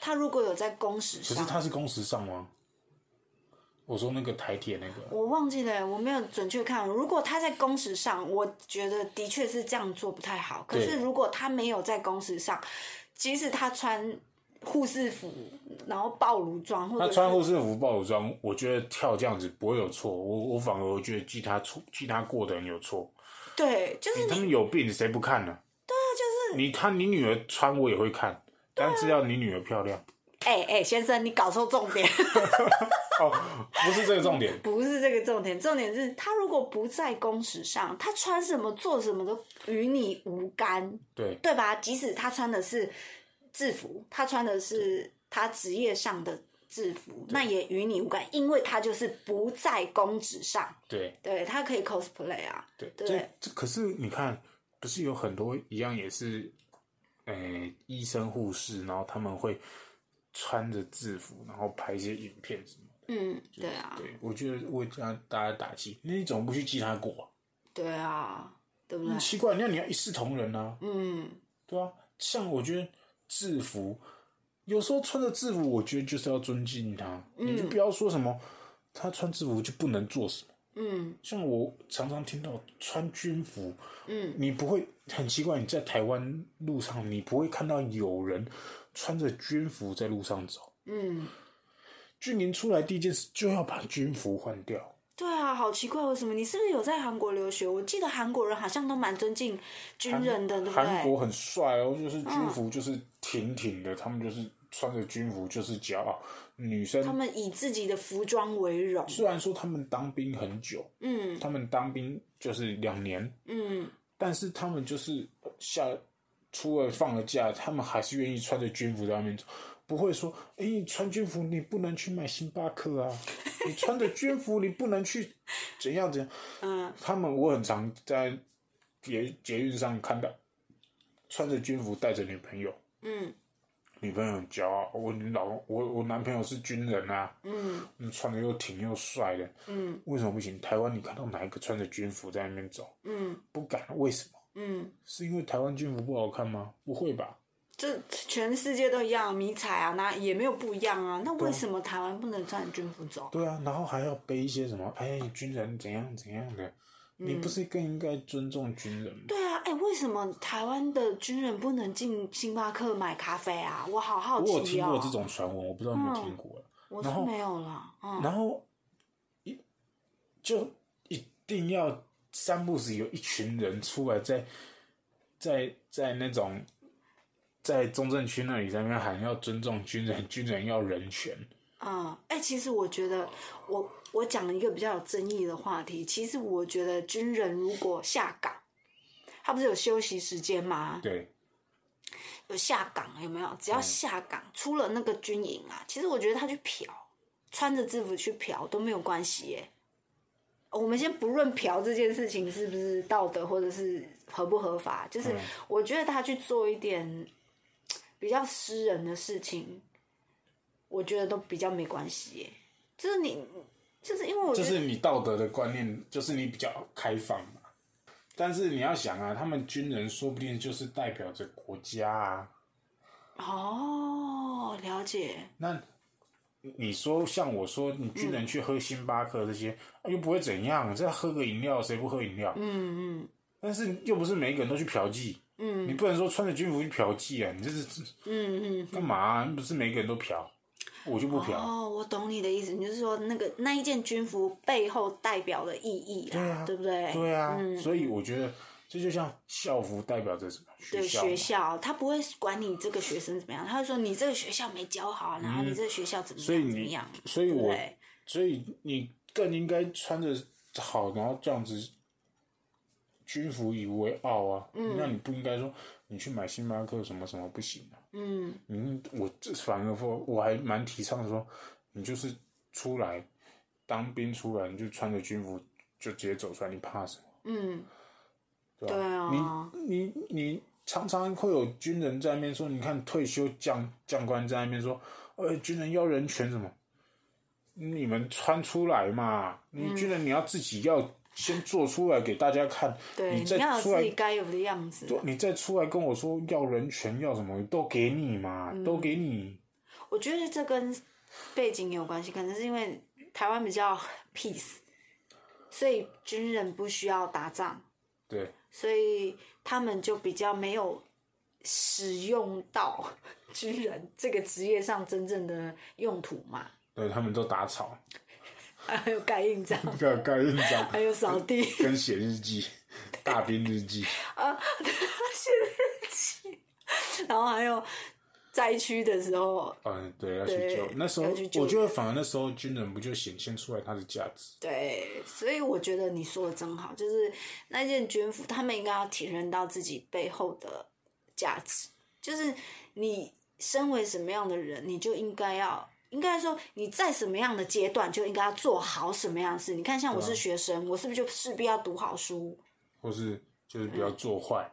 Speaker 2: 他如果有在工时
Speaker 1: 可是
Speaker 2: 上，
Speaker 1: 他是工时上吗？我说那个台铁那个，
Speaker 2: 我忘记了，我没有准确看。如果他在工时上，我觉得的确是这样做不太好。可
Speaker 1: 对
Speaker 2: 是如果他没有在工时上，即使他穿护士服，然后暴露装，或者
Speaker 1: 他
Speaker 2: 是
Speaker 1: 穿护士服、暴露装，我觉得跳这样子不会有错。我我反而觉得记他错、记他过的人有错。
Speaker 2: 对，就是
Speaker 1: 他
Speaker 2: 你
Speaker 1: 们有病，谁不看呢、对啊，就是你看你女儿穿，我也会看，但是要你女儿漂亮。
Speaker 2: 哎哎、先生，你搞错重点， <laughs>
Speaker 1: 哦，不是这个重点。
Speaker 2: 不是这个重点，重点是他如果不在工时上，他穿什么做什么都与你无干。
Speaker 1: 对，
Speaker 2: 对吧？即使他穿的是制服，他穿的是他职业上的制服，那也与你无关，因为他就是不在公职上，
Speaker 1: 对，
Speaker 2: 对他可以 cosplay 啊，
Speaker 1: 对，
Speaker 2: 对
Speaker 1: 这这可是你看，不是有很多一样也是，诶、医生护士，然后他们会穿着制服，然后拍一些影片什么的。
Speaker 2: 嗯，对啊，
Speaker 1: 对，我觉得为大家大家打气，那你怎么不去记他过、啊？嗯
Speaker 2: 对啊，对不对？
Speaker 1: 奇怪，那你要一视同仁啊，
Speaker 2: 嗯，
Speaker 1: 对啊，像我觉得制服，有时候穿着制服，我觉得就是要尊敬他，
Speaker 2: 嗯
Speaker 1: 你就不要说什么他穿制服就不能做什么。
Speaker 2: 嗯，
Speaker 1: 像我常常听到穿军服，嗯，你不会很奇怪，你在台湾路上你不会看到有人穿着军服在路上走，
Speaker 2: 嗯，
Speaker 1: 军营出来第一件事就要把军服换掉，
Speaker 2: 对啊，好奇怪，为什么你是不是有在韩国留学？我记得韩国人好像都蛮尊敬军人的，对不
Speaker 1: 韩
Speaker 2: 对？
Speaker 1: 国很帅哦，就是军服就是挺挺的，他们就是穿着军服就是骄傲，女
Speaker 2: 他
Speaker 1: 生。
Speaker 2: 们以自己的服装为荣，
Speaker 1: 虽然说他们当兵很久，
Speaker 2: 嗯
Speaker 1: 他们当兵就是两年，
Speaker 2: 嗯，
Speaker 1: 但是他们就是下出了放了假，他们还是愿意穿着军服在外面走，不会说，哎、你穿军服你不能去买星巴克啊，你穿着军服你不能去怎样怎样。 <laughs> 嗯，他们我很常在捷捷运上看到穿着军服带着女朋友，
Speaker 2: 嗯，
Speaker 1: 女朋友很骄傲，我你老公我我男朋友是军人啊，嗯，穿的又挺又帅的，嗯，为什么不行？台湾你看到哪一个穿着军服在那边走？
Speaker 2: 嗯，
Speaker 1: 不敢，为什么？
Speaker 2: 嗯，
Speaker 1: 是因为台湾军服不好看吗？不会吧？
Speaker 2: 这全世界都一样，迷彩啊，那也没有不一样啊。那为什么台湾不能穿军服走？
Speaker 1: 对啊，然后还要背一些什么？哎，军人怎样怎样的？你不是更应该尊重军人吗？
Speaker 2: 对啊，哎、为什么台湾的军人不能进星巴克买咖啡啊？我好好
Speaker 1: 我有
Speaker 2: 奇
Speaker 1: 听
Speaker 2: 哦、
Speaker 1: 过这种传闻，我不知道你有没有听过。
Speaker 2: 我
Speaker 1: 然
Speaker 2: 是
Speaker 1: 后
Speaker 2: 没有啦。嗯
Speaker 1: 然后一就一定要三不时有一群人出来在在在那种在中正区那里在那边喊要尊重军人，军人要人权。
Speaker 2: 嗯，哎、其实我觉得我我讲了一个比较有争议的话题。其实我觉得军人如果下岗，他不是有休息时间吗？
Speaker 1: 对，
Speaker 2: 有下岗有没有？只要下岗、出了那个军营啊，其实我觉得他去嫖，穿着制服去嫖都没有关系耶。哦我们先不论嫖这件事情是不是道德或者是合不合法，就是
Speaker 1: 嗯
Speaker 2: 我觉得他去做一点比较私人的事情，我觉得都比较没关系耶。就是你，就是因为我觉
Speaker 1: 就
Speaker 2: 得、
Speaker 1: 是你道德的观念，就是你比较开放嘛。但是你要想啊，他们军人说不定就是代表着国家啊。
Speaker 2: 哦，了解，
Speaker 1: 那你说像我说，你军
Speaker 2: 嗯
Speaker 1: 人去喝星巴克这些，啊又不会怎样，再喝个饮料，谁不喝饮料？
Speaker 2: 嗯嗯
Speaker 1: 但是又不是每一个人都去嫖妓，
Speaker 2: 嗯
Speaker 1: 你不能说穿着军服去嫖妓啊，你这是
Speaker 2: 嗯嗯。
Speaker 1: 干嘛啊、又不是每一个人都嫖，我就不嫖。
Speaker 2: 哦，我懂你的意思，你就是说那个那一件军服背后代表的意义啦，
Speaker 1: 对啊
Speaker 2: 不对？
Speaker 1: 对啊，
Speaker 2: 嗯
Speaker 1: 所以我觉得这就像校服代表着什么
Speaker 2: 对
Speaker 1: 学校嘛
Speaker 2: 学校，他不会管你这个学生怎么样，他会说你这个学校没教好，啊然后你这个学校怎么
Speaker 1: 嗯所以
Speaker 2: 样怎么
Speaker 1: 你
Speaker 2: 样，，
Speaker 1: 所以
Speaker 2: 对不
Speaker 1: 我
Speaker 2: 对？
Speaker 1: 所以你更应该穿着好，然后这样子军服以为傲啊。那你不应该说你去买星巴克什么什么不行啊。
Speaker 2: 嗯
Speaker 1: 嗯，我这反而说我还蛮提倡说，你就是出来当兵出来，你就穿着军服就直接走出来，你怕什么？
Speaker 2: 嗯，
Speaker 1: 对
Speaker 2: 对
Speaker 1: 吧、
Speaker 2: 啊
Speaker 1: 你你你常常会有军人在那边说，你看退休将将官在那边说，呃，军人要人权什么？你们穿出来嘛，
Speaker 2: 嗯
Speaker 1: 你觉得你要自己要先做出来给大家看，
Speaker 2: 对，
Speaker 1: 你
Speaker 2: 你要
Speaker 1: 再
Speaker 2: 有
Speaker 1: 出
Speaker 2: 自
Speaker 1: 来
Speaker 2: 己该有的样子。
Speaker 1: 你再出来跟我说要人权要什么，都给你嘛，都
Speaker 2: 嗯
Speaker 1: 给你。
Speaker 2: 我觉得这跟背景有关系，可能是因为台湾比较 peace，所以军人不需要打仗，
Speaker 1: 对，
Speaker 2: 所以他们就比较没有使用到 <laughs> 军人这个职业上真正的用途嘛，
Speaker 1: 对他们都打草，
Speaker 2: 还有盖印章，
Speaker 1: 盖盖印章，
Speaker 2: 还有扫
Speaker 1: <laughs>
Speaker 2: 地，啊
Speaker 1: 跟写日记，大兵日记，
Speaker 2: <laughs> 然后还有灾区的时候，
Speaker 1: 嗯，对，要去救
Speaker 2: 对。
Speaker 1: 那时候
Speaker 2: 要去救
Speaker 1: 我觉得反而那时候军人不就显现出来他的价值？
Speaker 2: 对，所以我觉得你说的真好，就是那件军服，他们应该要体认到自己背后的价值，就是你身为什么样的人，你就应该要，应该说你在什么样的阶段就应该要做好什么样的事。你看，像我
Speaker 1: 对啊
Speaker 2: 是学生，我是不是就势必要读好书？
Speaker 1: 或是就是不要做坏，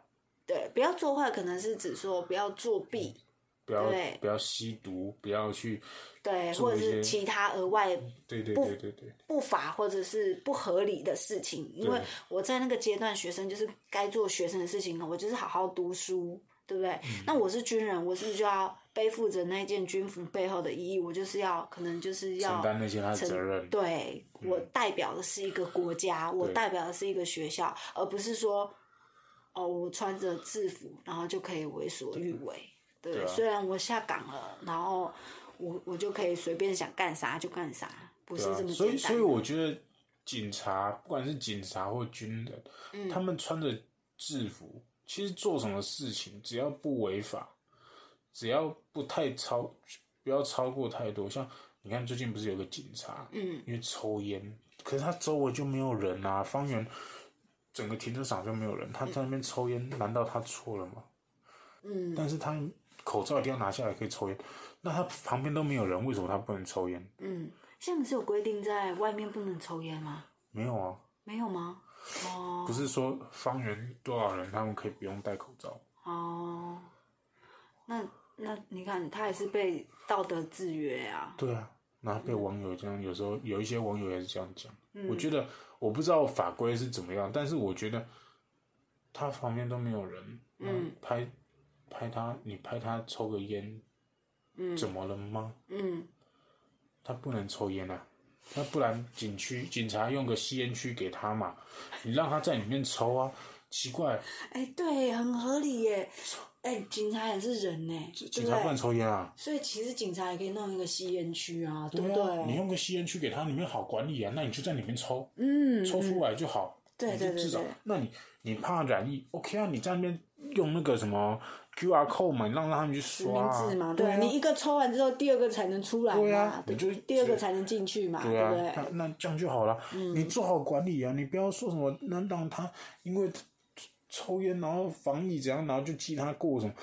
Speaker 2: 对，不要做坏，可能是指说不要作弊，
Speaker 1: 不要
Speaker 2: 对
Speaker 1: 不要吸毒，不要去，
Speaker 2: 对，
Speaker 1: 做
Speaker 2: 或者
Speaker 1: 一些
Speaker 2: 是其他额外
Speaker 1: 对对
Speaker 2: 不
Speaker 1: 对对对，
Speaker 2: 不法或者是不合理的事情，因为
Speaker 1: 对
Speaker 2: 我在那个阶段，学生就是该做学生的事情了，我就是好好读书，对不对？
Speaker 1: 嗯
Speaker 2: 那我是军人，我是不是就要背负着那件军服背后的意义？我就是要，可能就是
Speaker 1: 承
Speaker 2: 要
Speaker 1: 担那些他的责任。啊
Speaker 2: 对我代表的是一个国家，我
Speaker 1: 对
Speaker 2: 代表的是一个学校，而不是说，哦，我穿着制服，然后就可以为所欲为。对不
Speaker 1: 对
Speaker 2: 对，
Speaker 1: 啊
Speaker 2: 虽然我下岗了，然后我我就可以随便想干啥就干啥，不是
Speaker 1: 对啊
Speaker 2: 这么，简
Speaker 1: 所
Speaker 2: 单
Speaker 1: 以
Speaker 2: 的。
Speaker 1: 所以我觉得警察，不管是警察或军人，
Speaker 2: 嗯
Speaker 1: 他们穿着制服，其实做什么事情只要不违法，只要不太超，不要超过太多。像你看最近不是有个警察，
Speaker 2: 嗯，
Speaker 1: 因为抽烟，可是他周围就没有人啊，方圆整个停车场就没有人，他在那边抽烟，难道他错了吗？
Speaker 2: 嗯，
Speaker 1: 但是他口罩一定要拿下来可以抽烟，那他旁边都没有人，为什么他不能抽烟？
Speaker 2: 嗯，现在不是有规定在外面不能抽烟吗？
Speaker 1: 没有啊。
Speaker 2: 没有吗？哦
Speaker 1: 不是说方圆多少人他们可以不用戴口罩？
Speaker 2: 哦，那那你看，他也是被道德制约啊。
Speaker 1: 对啊，然后被网友这样，有时候有一些网友也是这样讲。我觉得我不知道法规是怎么样，但是我觉得他旁边都没有人，嗯，拍拍他，你拍他抽个烟，嗯，怎么了吗？
Speaker 2: 嗯，
Speaker 1: 他不能抽烟啊，那不然警区警察用个吸烟区给他嘛，你让他在里面抽啊，奇怪，
Speaker 2: 哎、对，很合理耶。哎、警察也是人呢，对
Speaker 1: 警
Speaker 2: 不
Speaker 1: 察不
Speaker 2: 对
Speaker 1: 能？抽烟啊。
Speaker 2: 所以其实警察也可以弄一个吸烟区啊，对不
Speaker 1: 啊，你
Speaker 2: 对？
Speaker 1: 用个吸烟区给他，里面好管理啊，那你就在里面抽，
Speaker 2: 嗯，
Speaker 1: 抽出来就好。
Speaker 2: 对
Speaker 1: 你
Speaker 2: 对
Speaker 1: 就
Speaker 2: 对
Speaker 1: 至少
Speaker 2: 对，
Speaker 1: 那你你怕染疫，OK 啊？你在那边用那个什么 QR code 嘛，你让他们去
Speaker 2: 实名
Speaker 1: 刷、啊
Speaker 2: 制，嘛，
Speaker 1: 对
Speaker 2: 对
Speaker 1: 啊
Speaker 2: 你一个抽完之后，第二个才能出来
Speaker 1: 对
Speaker 2: 嘛
Speaker 1: 啊，
Speaker 2: 对
Speaker 1: 你就
Speaker 2: 第二个才能进去嘛，
Speaker 1: 对
Speaker 2: 不
Speaker 1: 啊，
Speaker 2: 对？嗯
Speaker 1: 那那这样就好了。你做好管理啊，你不要说什么能让他因为抽烟然后防疫怎样，然后就记他过什么？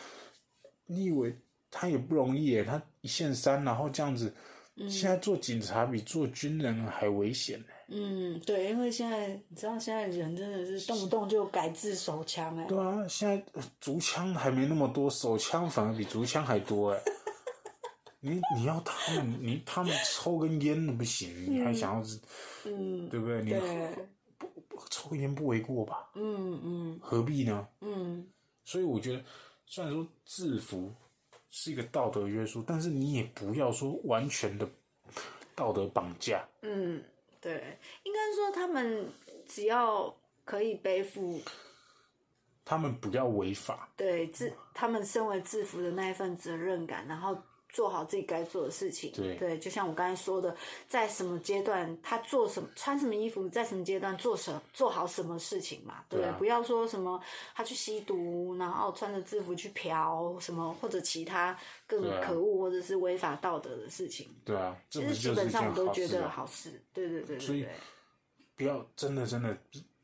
Speaker 1: 你以为他也不容易耶？他一线三，然后这样子，现在做警察比做军人还危险呢。
Speaker 2: 嗯，对，因为现在你知道，现在人真的是动不动就改制手枪哎、
Speaker 1: 对啊，现在呃竹枪还没那么多，手枪反而比竹枪还多
Speaker 2: <laughs>
Speaker 1: 哎、你你要他们，你他们抽根烟都不行，你还想要是，
Speaker 2: 嗯，
Speaker 1: 对不对？你
Speaker 2: 对，
Speaker 1: 抽根烟不为过吧？
Speaker 2: 嗯嗯
Speaker 1: 何必呢？
Speaker 2: 嗯，
Speaker 1: 所以我觉得，虽然说制服是一个道德约束，但是你也不要说完全的道德绑架。
Speaker 2: 嗯，对，应该说他们只要可以背负
Speaker 1: 他们不要违法，
Speaker 2: 对制，他们身为制服的那一份责任感，然后做好自己该做的事情。
Speaker 1: 对
Speaker 2: 就像我刚才说的，在什么阶段他做什么，穿什么衣服，在什么阶段做什做好什么事情嘛，对不
Speaker 1: 对
Speaker 2: 对？
Speaker 1: 啊
Speaker 2: 不要说什么他去吸毒，然后穿着制服去嫖什么，或者其他更
Speaker 1: 对啊
Speaker 2: 可恶或者是违法道德的事情。
Speaker 1: 对啊，这
Speaker 2: 其
Speaker 1: 不
Speaker 2: 实
Speaker 1: 是
Speaker 2: 基
Speaker 1: 就是
Speaker 2: 本
Speaker 1: 一
Speaker 2: 上
Speaker 1: 件
Speaker 2: 我都
Speaker 1: 好
Speaker 2: 觉
Speaker 1: 事啊
Speaker 2: 得
Speaker 1: 吗？
Speaker 2: 好事，对对对
Speaker 1: 所
Speaker 2: 对
Speaker 1: 以
Speaker 2: 对，
Speaker 1: 不要真的真的，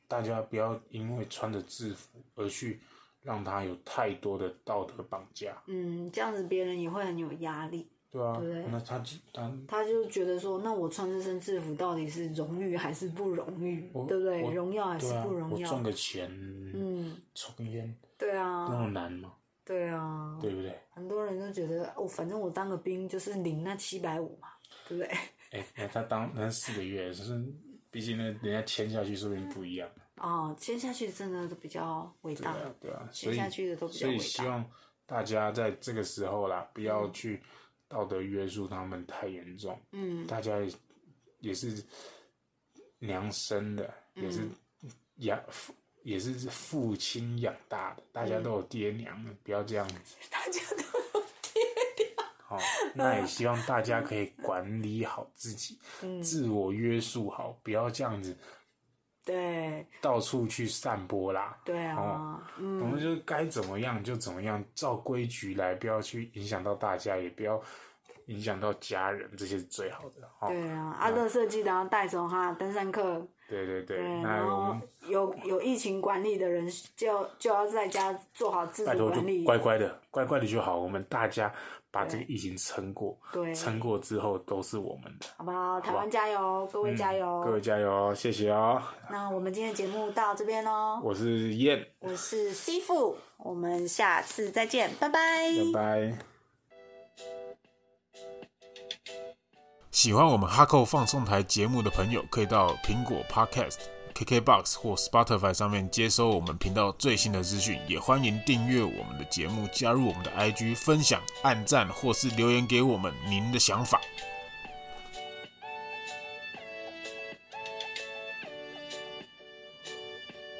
Speaker 1: 大家不要因为穿着制服而去让他有太多的道德绑架，
Speaker 2: 嗯，这样子别人也会很有压力。
Speaker 1: 对啊，
Speaker 2: 对
Speaker 1: 那他就他
Speaker 2: 他就觉得说，那我穿这身制服到底是荣誉还是不荣誉，
Speaker 1: 我
Speaker 2: 对不对？
Speaker 1: 我
Speaker 2: 荣耀还
Speaker 1: 对
Speaker 2: 是
Speaker 1: 啊，
Speaker 2: 不荣
Speaker 1: 我
Speaker 2: 耀？
Speaker 1: 赚个钱，
Speaker 2: 嗯，
Speaker 1: 抽根烟
Speaker 2: 对
Speaker 1: 那
Speaker 2: 啊，
Speaker 1: 么难吗？
Speaker 2: 对啊，
Speaker 1: 对不对？
Speaker 2: 很多人都觉得哦，反正我当个兵就是领那七百五嘛，对不对？
Speaker 1: 哎、那他当那四个月，就是毕竟呢，人家签下去说不定不一样，
Speaker 2: 哦，签下去真的都比较伟
Speaker 1: 对
Speaker 2: 大，
Speaker 1: 啊，对啊，所
Speaker 2: 签
Speaker 1: 以
Speaker 2: 下去的都比较
Speaker 1: 所
Speaker 2: 伟
Speaker 1: 以希
Speaker 2: 大。
Speaker 1: 望大家在这个时候啦，不要去道德约束他们太严重，
Speaker 2: 嗯
Speaker 1: 大家也也是娘生的，
Speaker 2: 嗯
Speaker 1: 也是养父也是父亲养大
Speaker 2: 嗯
Speaker 1: 的，大家都有爹娘的，不要这样
Speaker 2: <laughs>
Speaker 1: 子。
Speaker 2: 大家都
Speaker 1: 好，那也希望大家可以管理好自己，
Speaker 2: 嗯
Speaker 1: 自我约束好，不要这样子
Speaker 2: 对
Speaker 1: 到处去散播啦。
Speaker 2: 对啊
Speaker 1: 哦，
Speaker 2: 嗯
Speaker 1: 我们就该怎么样就怎么样，照规矩来，不要去影响到大家，也不要影响到家人，这些是最好的。哦，
Speaker 2: 对啊，啊，乐色记得要带走哈，登山客。
Speaker 1: 对对对，
Speaker 2: 对，
Speaker 1: 那
Speaker 2: 然
Speaker 1: 我
Speaker 2: 后
Speaker 1: 们
Speaker 2: 有有疫情管理的人就就要在家做好自
Speaker 1: 拜
Speaker 2: 主
Speaker 1: 托
Speaker 2: 管
Speaker 1: 就
Speaker 2: 理，
Speaker 1: 乖乖的，乖乖的就好。我们大家把这个疫情撑过，
Speaker 2: 对，
Speaker 1: 撑过之后都是我们的。嗯
Speaker 2: 好不好？台湾加油，各位加油！
Speaker 1: 各位加油，谢谢哦！
Speaker 2: 那我们今天的节目到这边喽，
Speaker 1: 我是燕，
Speaker 2: 我是 C 父，我们下次再见，拜拜。
Speaker 1: 拜拜。
Speaker 3: 喜欢我们哈扣放送台节目的朋友，可以到苹果 Podcast、KKBox 或 Spotify 上面接收我们频道最新的资讯。也欢迎订阅我们的节目，加入我们的 IG，分享、按赞或是留言给我们您的想法。